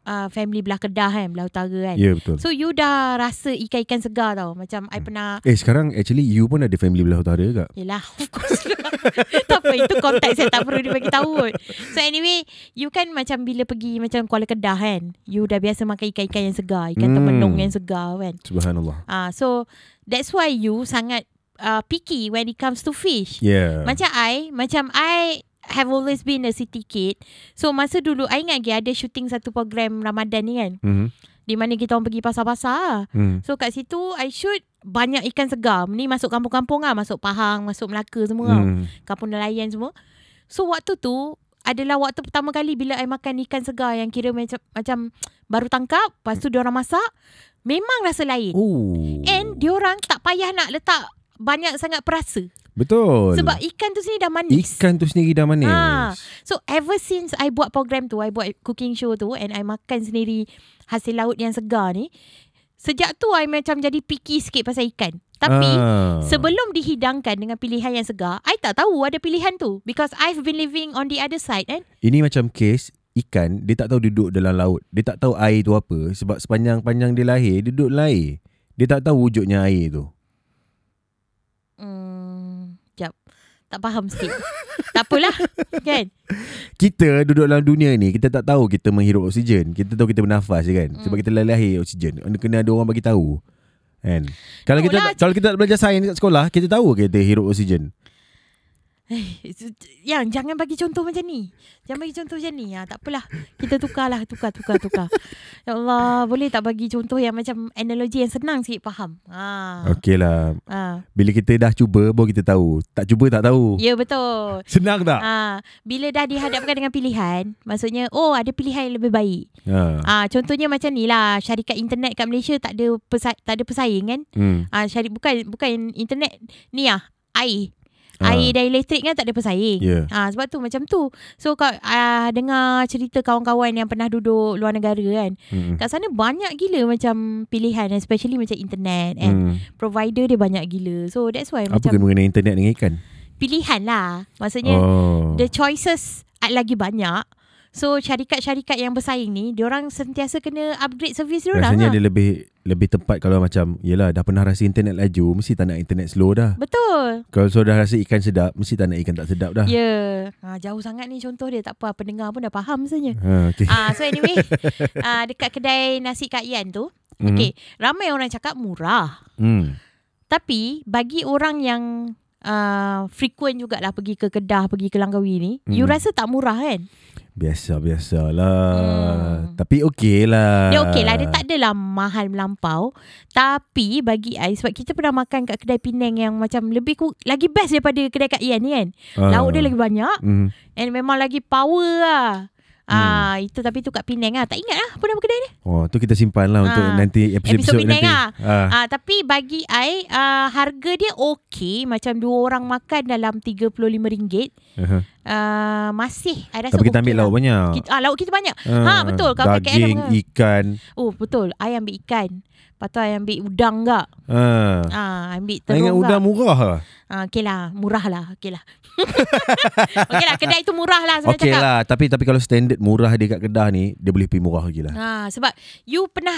Speaker 1: uh, family belah Kedah kan, belah utara kan.
Speaker 2: ya yeah, betul
Speaker 1: So you dah rasa ikan-ikan segar tau. Macam I pernah
Speaker 2: eh sekarang actually you pun ada family belah utara juga
Speaker 1: Yelah of course lah Tak apa itu konteks saya tak perlu dia bagi tahu pun So anyway You kan macam bila pergi macam Kuala Kedah kan You dah biasa makan ikan-ikan yang segar Ikan
Speaker 2: Hmm.
Speaker 1: temenung yang segar kan
Speaker 2: subhanallah
Speaker 1: Ah, So that's why you sangat uh, picky when it comes to fish
Speaker 2: yeah
Speaker 1: Macam I Macam I have always been a city kid So masa dulu I ingat lagi ada shooting satu program Ramadan ni kan
Speaker 2: Mm-hmm.
Speaker 1: Di mana kita orang pergi pasar-pasar lah
Speaker 2: Mm.
Speaker 1: So kat situ I shoot banyak ikan segar Ni masuk kampung-kampung lah Masuk Pahang Masuk Melaka semua hmm.
Speaker 2: Mm.
Speaker 1: Kampung nelayan semua So waktu tu Adalah waktu pertama kali Bila I makan ikan segar Yang kira macam Macam Baru tangkap Lepas tu diorang masak Memang rasa lain
Speaker 2: Oh.
Speaker 1: And diorang tak payah nak letak Banyak sangat perasa
Speaker 2: Betul.
Speaker 1: Sebab ikan tu sini dah manis
Speaker 2: ikan tu sendiri dah manis.
Speaker 1: Ah, So ever since I buat program tu I buat cooking show tu And I makan sendiri Hasil laut yang segar ni Sejak tu I macam jadi picky sikit pasal ikan Tapi
Speaker 2: ah.
Speaker 1: Sebelum dihidangkan dengan pilihan yang segar, I tak tahu ada pilihan tu because I've been living on the other side and
Speaker 2: ini macam kes ikan dia tak tahu duduk dalam laut. Dia tak tahu air tu apa sebab sepanjang-panjang dia lahir dia duduk dalam air. Dia tak tahu wujudnya air tu.
Speaker 1: hmm, jap. Tak faham sikit. tak apalah. Kan?
Speaker 2: Kita duduk dalam dunia ni kita tak tahu kita menghirup oksigen. Kita tahu kita bernafas je kan.
Speaker 1: Mm.
Speaker 2: Sebab kita lahir oksigen. Kena ada orang bagi tahu. Kan? Kalau
Speaker 1: No
Speaker 2: kita
Speaker 1: lah.
Speaker 2: tak- kalau kita tak belajar sains kat sekolah, kita tahu kita hirup oksigen.
Speaker 1: Yang jangan bagi contoh macam ni. Jangan bagi contoh macam ni. Ha, tak apalah. Kita tukarlah, tukar tukar tukar. ya Allah, boleh tak bagi contoh yang macam analogi yang senang sikit faham? Ha.
Speaker 2: Okey lah.
Speaker 1: Ha.
Speaker 2: Bila kita dah cuba baru kita tahu. Tak cuba tak tahu.
Speaker 1: Ya betul.
Speaker 2: Senang tak?
Speaker 1: Ha, bila dah dihadapkan dengan pilihan, maksudnya oh ada pilihan yang lebih baik.
Speaker 2: Ha.
Speaker 1: Ah, contohnya macam ni lah syarikat internet kat Malaysia tak ada pesa- tak ada pesaing kan.
Speaker 2: Hmm.
Speaker 1: Ah, syari bukan bukan internet ni ah air.
Speaker 2: Ah.
Speaker 1: Air dan elektrik kan tak ada pesaing.
Speaker 2: Ya.
Speaker 1: Ah, sebab tu macam tu. So kau ah, dengar cerita kawan-kawan yang pernah duduk luar negara kan.
Speaker 2: Hmm.
Speaker 1: Kat sana banyak gila macam pilihan especially macam internet and
Speaker 2: Hmm.
Speaker 1: provider dia banyak gila. So that's why
Speaker 2: Apa
Speaker 1: eh. macam
Speaker 2: kena mengenai internet dengan ikan?
Speaker 1: pilihan lah. Maksudnya
Speaker 2: Oh.
Speaker 1: the choices at- lagi banyak. So syarikat-syarikat yang bersaing ni, diorang sentiasa kena upgrade servis diorang
Speaker 2: Rasanya
Speaker 1: lah.
Speaker 2: dia lebih lebih tepat kalau macam yelah dah pernah rasa internet laju mesti tak nak internet slow dah.
Speaker 1: Betul.
Speaker 2: Kalau sudah rasa ikan sedap mesti tak nak ikan tak sedap dah.
Speaker 1: Ya. Yeah. Ha, jauh sangat ni contoh dia. Tak apa, pendengar pun dah faham sebenarnya.
Speaker 2: Ha okey.
Speaker 1: Ah, so anyway, ah, dekat kedai nasi Kak Yan tu,
Speaker 2: Mhm.
Speaker 1: okay, ramai orang cakap murah.
Speaker 2: Hmm.
Speaker 1: Tapi bagi orang yang uh, frequent jugalah pergi ke Kedah, pergi ke Langkawi ni, you
Speaker 2: Hmm.
Speaker 1: rasa tak murah kan?
Speaker 2: Biasa-biasalah.
Speaker 1: Hmm.
Speaker 2: Tapi okey lah.
Speaker 1: Dia okey lah, dia tak adalah mahal melampau. Tapi bagi I, sebab kita pernah makan kat kedai Penang yang macam lebih, ku- lagi best daripada kedai Kak Yan ni kan.
Speaker 2: Ah.
Speaker 1: Lauk dia lagi banyak.
Speaker 2: Hmm.
Speaker 1: And memang lagi power lah. Ah, itu tapi tu kat Penang lah. Tak ingat lah apa nama kedai ni.
Speaker 2: Oh, tu kita simpan lah untuk
Speaker 1: Ah.
Speaker 2: nanti episod-episod
Speaker 1: Episod Penang
Speaker 2: nanti.
Speaker 1: ah.
Speaker 2: Ah.
Speaker 1: Ah, tapi bagi I, ah, harga dia okey. Macam dua orang makan dalam RM35.
Speaker 2: Aha.
Speaker 1: Ah, masih. I rasa
Speaker 2: Tapi kita
Speaker 1: okey
Speaker 2: ambil lauk
Speaker 1: lah.
Speaker 2: banyak.
Speaker 1: Kita, ah, lauk kita banyak. Ha, betul. Kau kat KL
Speaker 2: Daging,
Speaker 1: apa?
Speaker 2: ikan.
Speaker 1: Oh, betul. I ambil ikan. Lepas tu I ambil udang gak.
Speaker 2: Ha.
Speaker 1: Ah, ambil
Speaker 2: Dengan
Speaker 1: terung
Speaker 2: udang
Speaker 1: gak.
Speaker 2: murah lah.
Speaker 1: uh, okay lah, murah lah. Okay lah. okay lah, kedai tu murah lah saya
Speaker 2: Okay
Speaker 1: cakap.
Speaker 2: lah Tapi tapi kalau standard murah dia kat Kedah ni Dia boleh pergi murah lagi lah
Speaker 1: Ha, sebab you pernah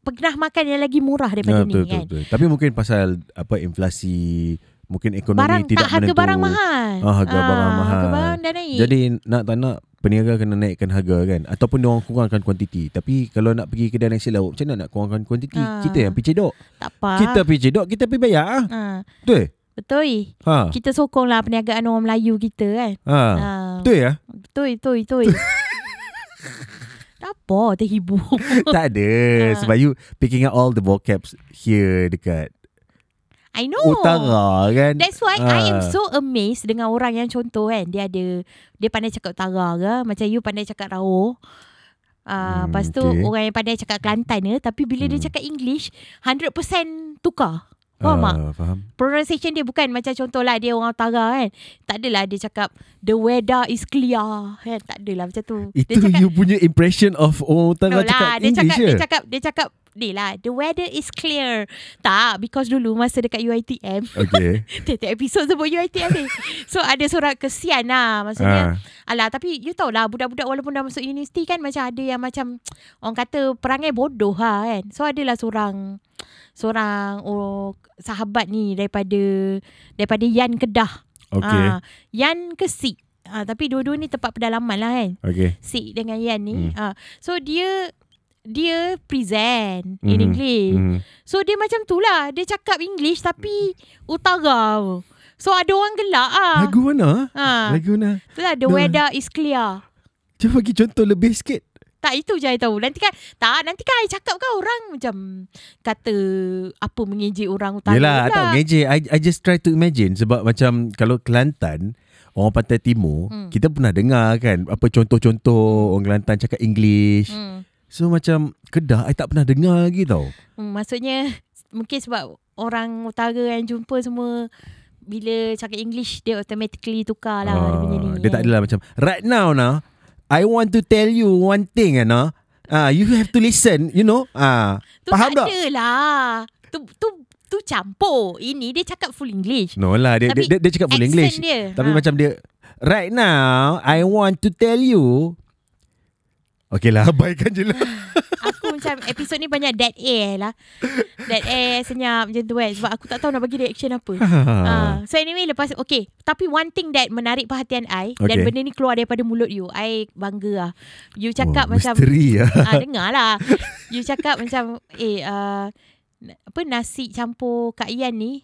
Speaker 1: pernah makan yang lagi murah daripada
Speaker 2: Ah,
Speaker 1: ni
Speaker 2: betul,
Speaker 1: kan.
Speaker 2: betul, betul. Tapi mungkin pasal apa inflasi Mungkin ekonomi
Speaker 1: Barang
Speaker 2: tidak
Speaker 1: tak harga
Speaker 2: menentu
Speaker 1: barang mahal.
Speaker 2: Ah, harga barang
Speaker 1: Harga
Speaker 2: mahal.
Speaker 1: barang dah naik.
Speaker 2: Jadi nak tak nak Peniaga kena naikkan harga kan Ataupun dia orang kurangkan kuantiti Tapi kalau nak pergi kedai nasi lauk Macam mana nak kurangkan kuantiti
Speaker 1: Ah.
Speaker 2: Kita yang pergi cedok
Speaker 1: tak apa.
Speaker 2: Kita pergi cedok Kita pergi bayar ah.
Speaker 1: ha,
Speaker 2: Betul
Speaker 1: betul.
Speaker 2: ha.
Speaker 1: Kita sokong lah perniagaan orang Melayu kita kan.
Speaker 2: ha.
Speaker 1: Ha,
Speaker 2: Betul ya
Speaker 1: betul, betul, betul. tak apa, terhibur.
Speaker 2: Tak ada
Speaker 1: Ah.
Speaker 2: Sebab you Picking out all the vocabs Here dekat
Speaker 1: I know.
Speaker 2: oh. Utara kan
Speaker 1: That's why uh.
Speaker 2: Ah.
Speaker 1: I am so amazed dengan orang yang contoh kan dia ada dia pandai cakap utara ke macam you pandai cakap rawo.
Speaker 2: Hmm,
Speaker 1: Uh, hmm, lepas tu
Speaker 2: okay.
Speaker 1: okay. orang yang pandai cakap Kelantan ke tapi bila hmm. dia cakap English 100% tukar. Faham tak?
Speaker 2: Ah, Faham
Speaker 1: Pronunciation dia bukan macam contohlah dia orang utara kan. Tak adalah dia cakap the weather is clear kan. Tak adalah macam tu.
Speaker 2: Itu
Speaker 1: dia cakap
Speaker 2: you punya impression of orang utara
Speaker 1: no
Speaker 2: cakap
Speaker 1: lah, dia
Speaker 2: English
Speaker 1: cakap,
Speaker 2: je.
Speaker 1: dia cakap dia cakap ni lah the weather is clear. Tak because dulu masa dekat UiTM
Speaker 2: Okay.
Speaker 1: Tiap-tiap episod sebut UiTM ni. So ada surat kesian lah maksudnya.
Speaker 2: ah,
Speaker 1: Alah tapi you tahu lah budak-budak walaupun dah masuk universiti kan macam ada yang macam orang kata perangai bodoh lah kan. So adalah seorang seorang oh, sahabat ni daripada daripada Yan Kedah.
Speaker 2: okay.
Speaker 1: Ah, Yan ke Sik. Ah, tapi dua-dua ni tempat pedalaman lah kan.
Speaker 2: Okay.
Speaker 1: Sik dengan Yan
Speaker 2: Hmm.
Speaker 1: ni. Ah, so dia dia present in
Speaker 2: Mhm.
Speaker 1: English.
Speaker 2: Hmm.
Speaker 1: So dia macam tu lah Dia cakap English Tapi Utara So ada orang gelak ah.
Speaker 2: Lagu mana?
Speaker 1: Ah,
Speaker 2: Lagu mana?
Speaker 1: Itulah the
Speaker 2: No.
Speaker 1: weather is clear
Speaker 2: Cuba bagi contoh lebih sikit.
Speaker 1: tak itu je I tahu Nanti kan Tak nanti kan I cakap kan orang Macam Kata Apa mengejek orang utara
Speaker 2: Yelah, I
Speaker 1: pula.
Speaker 2: tak ngejek. I, I just try to imagine sebab macam kalau Kelantan, orang pantai timur,
Speaker 1: Hmm.
Speaker 2: kita pernah dengar kan apa contoh-contoh orang Kelantan cakap English.
Speaker 1: hmm.
Speaker 2: So macam Kedah, I tak pernah dengar lagi tau.
Speaker 1: Hmm, Maksudnya Mungkin sebab Orang utara yang jumpa semua Bila cakap English Dia automatically tukar lah Dia punya ni
Speaker 2: Ah, dia tak adalah macam right now nah I want to tell you one thing nah. Ah, you have to listen, you know. Ah,
Speaker 1: Tu
Speaker 2: faham
Speaker 1: tak
Speaker 2: tak?
Speaker 1: ada lah tu, tu, tu campur Ini dia cakap full English
Speaker 2: No lah, dia,
Speaker 1: Tapi
Speaker 2: dia, dia, dia cakap full
Speaker 1: accent
Speaker 2: English.
Speaker 1: dia.
Speaker 2: Tapi
Speaker 1: Ha.
Speaker 2: macam dia Right now I want to tell you Okay lah Abaikan je lah
Speaker 1: Aku macam episod ni banyak dead air lah Dead air senyap macam tu kan Sebab aku tak tahu nak bagi reaction apa
Speaker 2: Ah.
Speaker 1: uh, So anyway lepas Okay Tapi one thing that menarik perhatian I okay. Dan
Speaker 2: Okay.
Speaker 1: benda ni keluar daripada mulut you I bangga lah You cakap
Speaker 2: oh,
Speaker 1: macam
Speaker 2: Misteri lah
Speaker 1: ah, Dengar lah You cakap macam Eh uh, Apa nasi campur Kak Ian ni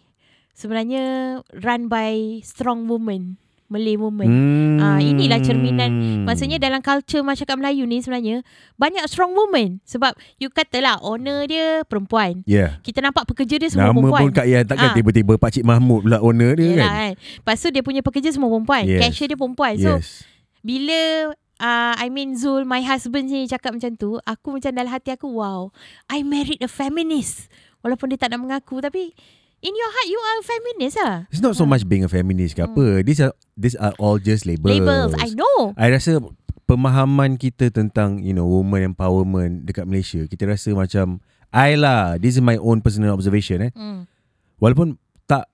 Speaker 1: Sebenarnya Run by strong woman Malay woman
Speaker 2: hmm.
Speaker 1: Ah, inilah cerminan. Maksudnya dalam culture masyarakat Melayu ni sebenarnya banyak strong woman sebab you katalah owner dia perempuan.
Speaker 2: Yeah
Speaker 1: Kita nampak pekerja dia
Speaker 2: Ya.
Speaker 1: semua
Speaker 2: Nama
Speaker 1: perempuan.
Speaker 2: pun Kak Yan takkan
Speaker 1: Ah.
Speaker 2: tiba-tiba Pakcik Mahmud pula owner dia
Speaker 1: Yelah
Speaker 2: kan
Speaker 1: kan. Lepas tu dia punya pekerja semua perempuan.
Speaker 2: Yes.
Speaker 1: Yes. Cashier dia perempuan. So
Speaker 2: Yes
Speaker 1: bila uh, I mean Zul my husband ni cakap macam tu, aku macam dalam hati aku wow, I married a feminist. Walaupun dia tak nak mengaku tapi in your heart you are a feminist lah.
Speaker 2: It's not so much being a feminist ke apa These are These are all just labels
Speaker 1: Hmm. Labels, I know.
Speaker 2: I rasa pemahaman kita tentang you know woman empowerment dekat Malaysia kita rasa macam I lah this is my own personal observation eh
Speaker 1: Hmm.
Speaker 2: walaupun tak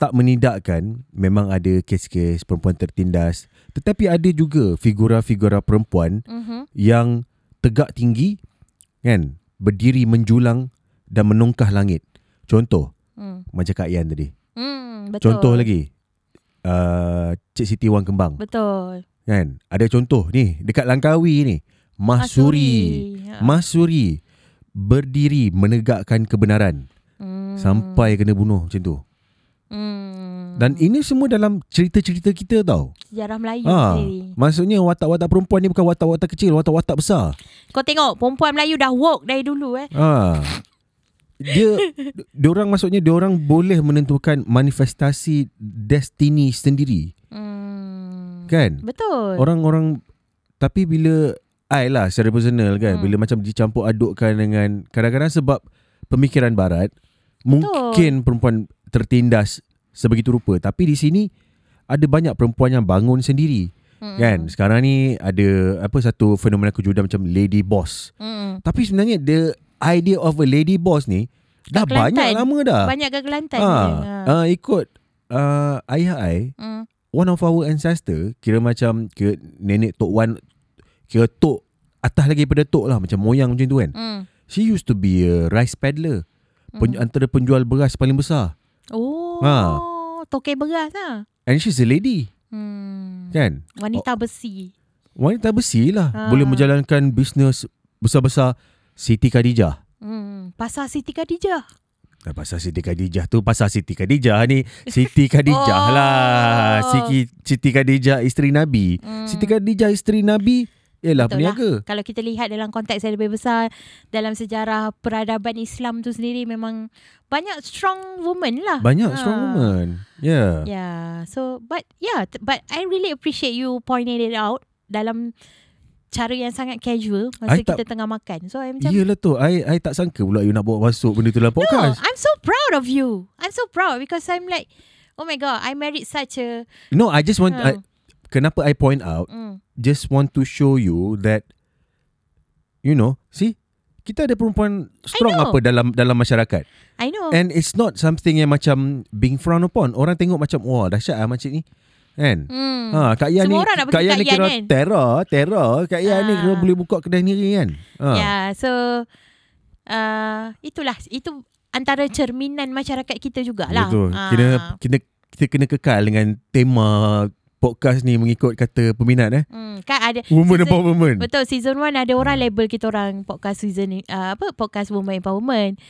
Speaker 2: tak menidakkan memang ada kes-kes perempuan tertindas tetapi ada juga figura-figura perempuan
Speaker 1: Mhm.
Speaker 2: yang tegak tinggi kan berdiri menjulang dan menungkah langit contoh
Speaker 1: Hmm.
Speaker 2: macam Kak Yan tadi
Speaker 1: Hmm, betul.
Speaker 2: contoh lagi uh, Cik Siti Wang Kembang
Speaker 1: Betul.
Speaker 2: Kan? Ada contoh ni dekat Langkawi ni. Ah,
Speaker 1: Ah,
Speaker 2: Mahsuri.
Speaker 1: Ha.
Speaker 2: Mahsuri berdiri menegakkan kebenaran
Speaker 1: Hmm.
Speaker 2: sampai kena bunuh macam tu.
Speaker 1: Hmm. Ya,
Speaker 2: Dan ini semua dalam cerita-cerita kita tau.
Speaker 1: sejarah Melayu
Speaker 2: Ha,
Speaker 1: sendiri.
Speaker 2: maksudnya watak-watak perempuan ni bukan watak-watak kecil, watak-watak besar.
Speaker 1: Kau tengok perempuan Melayu dah woke dari dulu eh.
Speaker 2: Ha. Dia diorang maksudnya diorang boleh menentukan manifestasi destiny sendiri,
Speaker 1: Hmm.
Speaker 2: kan?
Speaker 1: Betul.
Speaker 2: Orang-orang Tapi bila I lah secara personal kan hmm. Bila macam dicampur adukkan dengan Kadang-kadang sebab Pemikiran barat Mungkin perempuan tertindas Sebegitu rupa Tapi di sini Ada banyak perempuan yang bangun sendiri
Speaker 1: Hmm.
Speaker 2: hmm. Kan Sekarang ni ada Apa satu fenomena kejudan Macam lady boss
Speaker 1: Hmm.
Speaker 2: Tapi sebenarnya The idea of a lady boss ni Dah
Speaker 1: Kelantan.
Speaker 2: banyak lama dah.
Speaker 1: Banyak kat Kelantan
Speaker 2: Ah,
Speaker 1: ha. Ha.
Speaker 2: ah, ikut uh, ayah I,
Speaker 1: Hmm.
Speaker 2: one of our ancestor kira macam kira nenek tok wan kira tok atas lagi daripada tok lah macam moyang macam tu kan.
Speaker 1: Hmm.
Speaker 2: She used to be a rice peddler. Pen, Antara penjual beras paling besar.
Speaker 1: Oh.
Speaker 2: Ha.
Speaker 1: Ha. Tokai beras lah.
Speaker 2: And she's a lady
Speaker 1: Hmm.
Speaker 2: kan.
Speaker 1: Wanita besi.
Speaker 2: Wanita besi lah.
Speaker 1: Ah.
Speaker 2: Boleh menjalankan bisnes besar-besar Siti Khadijah.
Speaker 1: Hmm. Pasar Siti Khadijah.
Speaker 2: Nah, pasal Siti Khadijah tu Pasal Siti Khadijah ni Siti Khadijah
Speaker 1: Oh.
Speaker 2: oh. lah Siti, Siti Khadijah isteri Nabi
Speaker 1: Hmm.
Speaker 2: Siti Khadijah isteri Nabi Ialah
Speaker 1: Betul lah.
Speaker 2: peniaga
Speaker 1: Kalau kita lihat dalam konteks yang lebih besar dalam sejarah peradaban Islam tu sendiri memang banyak strong woman lah.
Speaker 2: Banyak
Speaker 1: Ha. Ya,
Speaker 2: strong woman Ya. Yeah, yeah.
Speaker 1: Yeah. So but yeah, t- but I really appreciate you pointing it out dalam cara yang sangat casual masa
Speaker 2: I tak- Ya,
Speaker 1: kita tengah makan. So I macam
Speaker 2: Iyalah tu I, I tak sangka pula You nak bawa masuk Benda tu dalam
Speaker 1: No,
Speaker 2: podcast
Speaker 1: I'm so proud of you. I'm so proud because I'm like, oh my god, I married such a.
Speaker 2: No, I just want I,
Speaker 1: Ha.
Speaker 2: Kenapa I point out
Speaker 1: Mm,
Speaker 2: Just want to show you That You know See Kita ada perempuan Strong
Speaker 1: know.
Speaker 2: apa dalam dalam masyarakat
Speaker 1: I know.
Speaker 2: And it's not something yang macam being frowned upon. Orang tengok macam wah dahsyat ah makcik ni. Kan?
Speaker 1: mm.
Speaker 2: Ha, Kak Yan
Speaker 1: Semua
Speaker 2: ni,
Speaker 1: orang nak pergi
Speaker 2: Kak Yan
Speaker 1: Kak
Speaker 2: ni kira
Speaker 1: Yan kan?
Speaker 2: terror, terror. Kak Yan ni
Speaker 1: Ah. Ya
Speaker 2: kira boleh buka kedai sendiri kan? Ha.
Speaker 1: Yeah, so uh, itulah itu antara cerminan masyarakat kita jugalah.
Speaker 2: Betul.
Speaker 1: Ah.
Speaker 2: Kena, kena, kita kena kekal dengan tema podcast ni mengikut kata peminat eh.
Speaker 1: Hmm, kan ada
Speaker 2: Woman
Speaker 1: season-
Speaker 2: empowerment.
Speaker 1: Betul season 1 ada orang label kita orang podcast season ni- uh, apa podcast woman empowerment.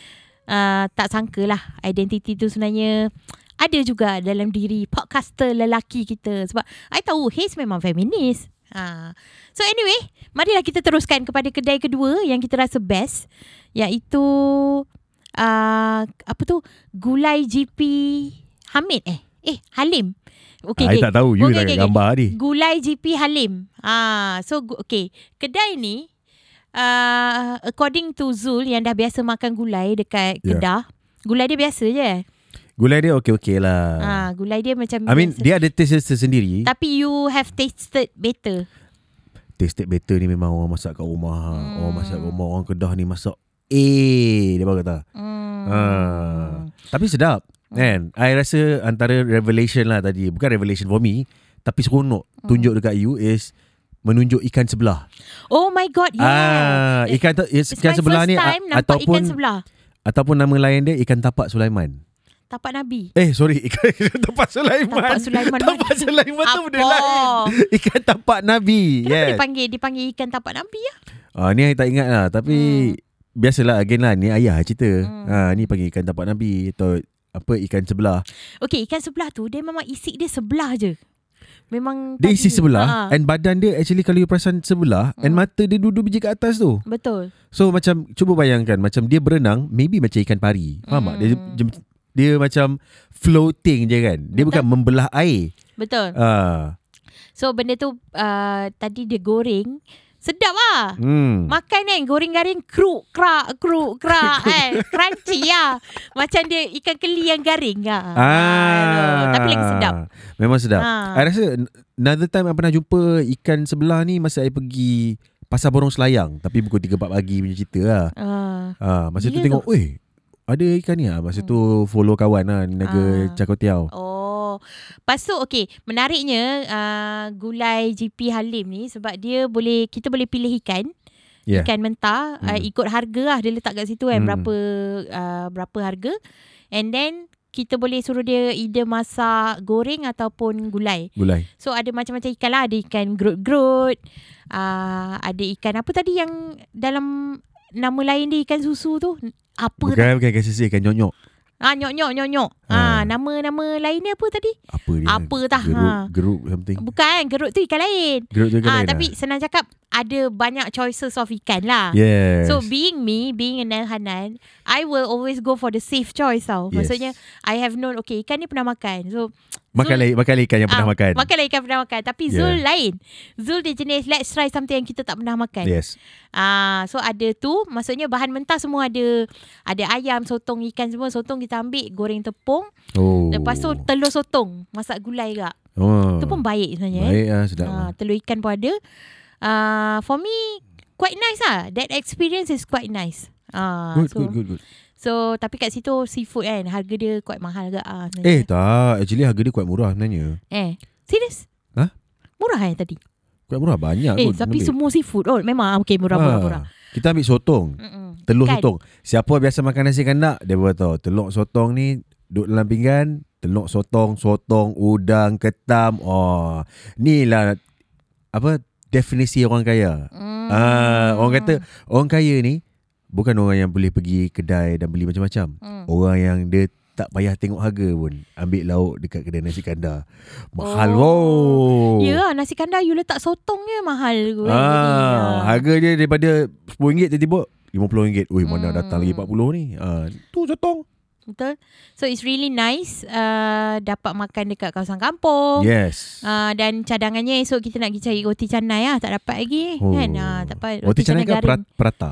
Speaker 1: Uh, tak sangka lah identiti tu sebenarnya ada juga dalam diri podcaster lelaki kita sebab I tahu Haze memang feminis. Ha. So anyway, marilah kita teruskan kepada kedai kedua yang kita rasa best iaitu uh, apa tu gulai GP Hamid eh eh Halim. Okey
Speaker 2: Ah, I
Speaker 1: okey.
Speaker 2: tak tahu you
Speaker 1: Okey,
Speaker 2: dah
Speaker 1: okey,
Speaker 2: kat gambar tadi.
Speaker 1: Gulai GP Halim. Ah, so gu- okay. Kedai ni uh, according to Zul yang dah biasa makan gulai dekat
Speaker 2: Ya.
Speaker 1: Kedah. Gulai dia biasa je.
Speaker 2: Gulai dia okey-okey lah.
Speaker 1: Ah, gulai dia macam
Speaker 2: I mean
Speaker 1: biasa.
Speaker 2: dia ada taste dia sendiri.
Speaker 1: tapi you have tasted better.
Speaker 2: Tasted better ni memang orang masak kat rumah. Orang masak kat rumah. Orang Kedah ni masak Eh, dia baru kata.
Speaker 1: Hmm.
Speaker 2: Ah. Tapi sedap kan. I rasa antara revelation lah tadi. Bukan revelation for me. Tapi seronok
Speaker 1: Hmm.
Speaker 2: tunjuk dekat you is menunjuk ikan sebelah.
Speaker 1: Oh my god, yeah.
Speaker 2: Ah, ikan tu- is,
Speaker 1: It's
Speaker 2: ikan
Speaker 1: my
Speaker 2: sebelah
Speaker 1: first
Speaker 2: ni a-
Speaker 1: time nampak
Speaker 2: ataupun
Speaker 1: ikan sebelah.
Speaker 2: ataupun nama lain dia ikan tapak Sulaiman.
Speaker 1: Tapak Nabi.
Speaker 2: Eh sorry ikan tapak Sulaiman.
Speaker 1: Tapak Sulaiman.
Speaker 2: Tapak Sulaiman tu benda lain. Ikan tapak Nabi.
Speaker 1: Kenapa
Speaker 2: Yes.
Speaker 1: dipanggil dipanggil ikan tapak Nabi ya?
Speaker 2: Ah ni saya tak ingat lah tapi
Speaker 1: Hmm.
Speaker 2: biasalah again lah ni ayah cerita.
Speaker 1: Hmm.
Speaker 2: Ah ni panggil ikan tapak Nabi atau apa ikan sebelah.
Speaker 1: Okey, ikan sebelah tu dia memang isi dia sebelah je. Memang
Speaker 2: Dia
Speaker 1: tadi- Hmm.
Speaker 2: isi sebelah
Speaker 1: Ah,
Speaker 2: And badan dia actually Kalau you perasan sebelah And mata dia dua-dua biji kat atas tu
Speaker 1: betul.
Speaker 2: So macam Cuba bayangkan Macam dia berenang Maybe macam ikan pari Faham tak? Dia,
Speaker 1: Hmm.
Speaker 2: dia, dia macam Floating je kan Dia bukan membelah air
Speaker 1: Betul.
Speaker 2: ah.
Speaker 1: So benda tu uh, tadi dia goreng. Sedap lah.
Speaker 2: hmm.
Speaker 1: Makan kan goreng-garing kruk krak kruk krak kan. Crunchy lah. Macam dia ikan keli yang garing lah.
Speaker 2: Ah.
Speaker 1: Tapi lagi sedap.
Speaker 2: Memang sedap
Speaker 1: Ah.
Speaker 2: I rasa Another time I pernah jumpa Ikan sebelah ni Masa I pergi Pasar Borong Selayang Tapi pukul 3-4 pagi punya cerita lah
Speaker 1: Ah.
Speaker 2: ah, Masa tu
Speaker 1: Gila Hmm.
Speaker 2: tengok Weh ada ikan ni ah. Masa tu follow kawan lah Naga
Speaker 1: Ah.
Speaker 2: Cakotiau
Speaker 1: Oh. Lepas tu okey, menariknya uh, gulai GP Halim ni sebab dia boleh kita boleh pilih ikan,
Speaker 2: Ya.
Speaker 1: ikan mentah hmm. uh,
Speaker 2: Hmm.
Speaker 1: ikut harga lah dia letak kat situ kan
Speaker 2: Hmm.
Speaker 1: berapa uh, berapa harga. And then kita boleh suruh dia either masak goreng ataupun gulai.
Speaker 2: Gulai
Speaker 1: So ada macam-macam ikan lah. Ada ikan gerut-gerut. Uh, ada ikan apa tadi yang dalam nama lain dia ikan susu tu. Apa?
Speaker 2: Bukan kan bukan ikan sisir Ikan nyonyok
Speaker 1: Ah nyok-nyok nyok-nyok. Ah
Speaker 2: Ah.
Speaker 1: nama-nama lain dia apa tadi?
Speaker 2: Apa dia
Speaker 1: Apa tah,
Speaker 2: Geruk,
Speaker 1: ha.
Speaker 2: geruk something
Speaker 1: Bukan gerut tu ikan lain.
Speaker 2: Geruk tu ikan
Speaker 1: Ah
Speaker 2: lain
Speaker 1: tapi senang cakap ada banyak choices of ikan lah.
Speaker 2: lah. Yes
Speaker 1: So being me, being an Hanan, I will always go for the safe choice tau.
Speaker 2: Yes.
Speaker 1: Maksudnya I have known okay ikan ni pernah makan. So
Speaker 2: Makan
Speaker 1: Zul-
Speaker 2: lagi Makan lagi ikan yang pernah
Speaker 1: ah,
Speaker 2: makan
Speaker 1: Makanlah ikan pernah makan. Tapi
Speaker 2: Kan. Yeah.
Speaker 1: Zul lain. Zul dia jenis let's try something yang kita tak pernah makan.
Speaker 2: Yes
Speaker 1: Ah, so ada tu, maksudnya bahan mentah semua ada. Ada ayam, sotong, ikan semua. Sotong kita ambil, goreng tepung.
Speaker 2: Oh
Speaker 1: Lepas tu telur sotong, masak gulai kak.
Speaker 2: oh.
Speaker 1: Tu pun baik sebenarnya. eh.
Speaker 2: Baik lah sedap
Speaker 1: Ah,
Speaker 2: lah
Speaker 1: telur ikan pun ada. Ah, for me, quite nice lah. That experience is quite nice. Ah,
Speaker 2: Good
Speaker 1: so,
Speaker 2: good good good
Speaker 1: So tapi kat situ seafood kan harga dia kuat mahal ke
Speaker 2: Eh
Speaker 1: ah sebenarnya.
Speaker 2: tak Actually harga dia kuat murah sebenarnya
Speaker 1: eh. Serius?
Speaker 2: Hah?
Speaker 1: Murah eh tadi.
Speaker 2: Kuat murah banyak
Speaker 1: Eh
Speaker 2: kot
Speaker 1: tapi
Speaker 2: ambil.
Speaker 1: semua seafood oh memang okay murah murah
Speaker 2: Ah,
Speaker 1: murah.
Speaker 2: Kita ambil sotong
Speaker 1: Mm-mm.
Speaker 2: Telur
Speaker 1: Ikan.
Speaker 2: sotong Siapa biasa makan nasi kanak Dia boleh tahu Telur sotong ni Duduk dalam pinggan Telur sotong Sotong Udang Ketam Oh Ni lah Apa Definisi orang kaya
Speaker 1: Mm.
Speaker 2: Ah, Orang kata Orang kaya ni Bukan orang yang boleh pergi kedai Dan beli macam-macam
Speaker 1: Mm.
Speaker 2: Orang yang dia tak payah tengok harga pun Ambil lauk dekat kedai nasi kandar Mahal
Speaker 1: Oh.
Speaker 2: oh.
Speaker 1: Ya lah, nasi kandar you letak sotong je mahal Ya, kot. Ha.
Speaker 2: Ah, harga dia daripada RM10 tiba-tiba RM50. Ui, mana
Speaker 1: Hmm.
Speaker 2: datang lagi RM40 ni? Ah, tu sotong.
Speaker 1: Betul. So it's really nice uh, dapat makan dekat kawasan kampung.
Speaker 2: Yes.
Speaker 1: Uh, dan cadangannya esok kita nak pergi cari roti canai lah. Tak dapat lagi. Oh. Kan? Uh, tak apa.
Speaker 2: Roti canai ke
Speaker 1: garing.
Speaker 2: pra- prata?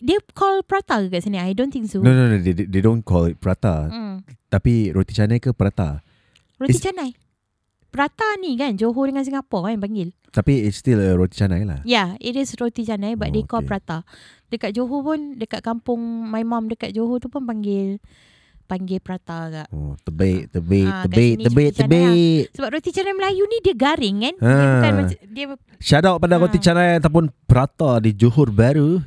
Speaker 1: Dia call prata ke kat sini? I don't think so.
Speaker 2: No, no, no. They, they don't call it prata.
Speaker 1: Mm.
Speaker 2: Tapi roti canai ke prata?
Speaker 1: Roti
Speaker 2: Is-
Speaker 1: canai. Prata ni kan Johor dengan Singapura kan panggil.
Speaker 2: Tapi it's still a roti canai lah.
Speaker 1: Yeah, it is roti canai
Speaker 2: Oh,
Speaker 1: but they call
Speaker 2: okay.
Speaker 1: prata. Dekat Johor pun, dekat kampung my mom dekat Johor tu pun panggil panggil prata agak.
Speaker 2: Oh, tebik, tebik,
Speaker 1: Ah, kat
Speaker 2: tebik,
Speaker 1: sini
Speaker 2: tebik,
Speaker 1: roti canai lah.
Speaker 2: tebik.
Speaker 1: Sebab roti canai Melayu ni dia garing kan? Dia
Speaker 2: Ah.
Speaker 1: bukan macam, dia
Speaker 2: Shout out pada
Speaker 1: Ah.
Speaker 2: roti canai ataupun prata di Johor Baru.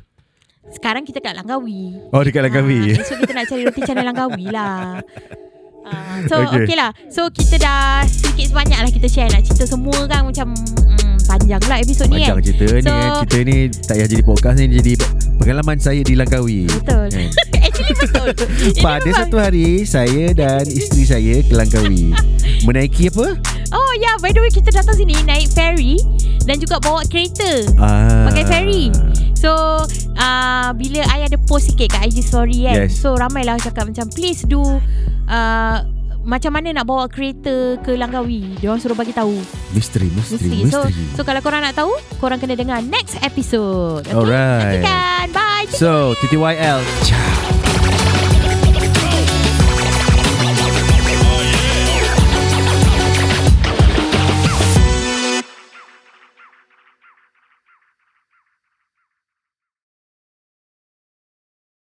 Speaker 1: Sekarang kita kat Langkawi.
Speaker 2: Oh, dekat Langkawi.
Speaker 1: Ah, esok kita nak cari roti canai Langkawi lah. Ah, so okay.
Speaker 2: Okay.
Speaker 1: okay lah So kita dah Sedikit sebanyak lah Kita share Nak cerita semua kan Macam mm, Panjang pula episod ni
Speaker 2: Panjang
Speaker 1: kan
Speaker 2: cerita ni
Speaker 1: So-
Speaker 2: eh. Cerita ni tak payah jadi podcast ni jadi pengalaman saya di Langkawi.
Speaker 1: Betul
Speaker 2: Eh.
Speaker 1: Actually betul Ini
Speaker 2: Pada
Speaker 1: memang-
Speaker 2: satu hari Saya dan isteri saya ke Langkawi Menaiki apa?
Speaker 1: Oh ya yeah, By the way kita datang sini Naik ferry Dan juga bawa kereta
Speaker 2: Ah.
Speaker 1: Pakai ferry. So uh, Bila I ada post sikit Kat IG story kan
Speaker 2: Yes.
Speaker 1: So ramai lah cakap macam Please do uh, Macam mana nak bawa kereta Ke Langkawi Diorang suruh bagi tahu
Speaker 2: Misteri, misteri,
Speaker 1: Mesti.
Speaker 2: misteri,
Speaker 1: So, so kalau korang nak tahu Korang kena dengar next episode Okay kan.
Speaker 2: Alright
Speaker 1: Nantikan Bye
Speaker 2: So, TTYL Ciao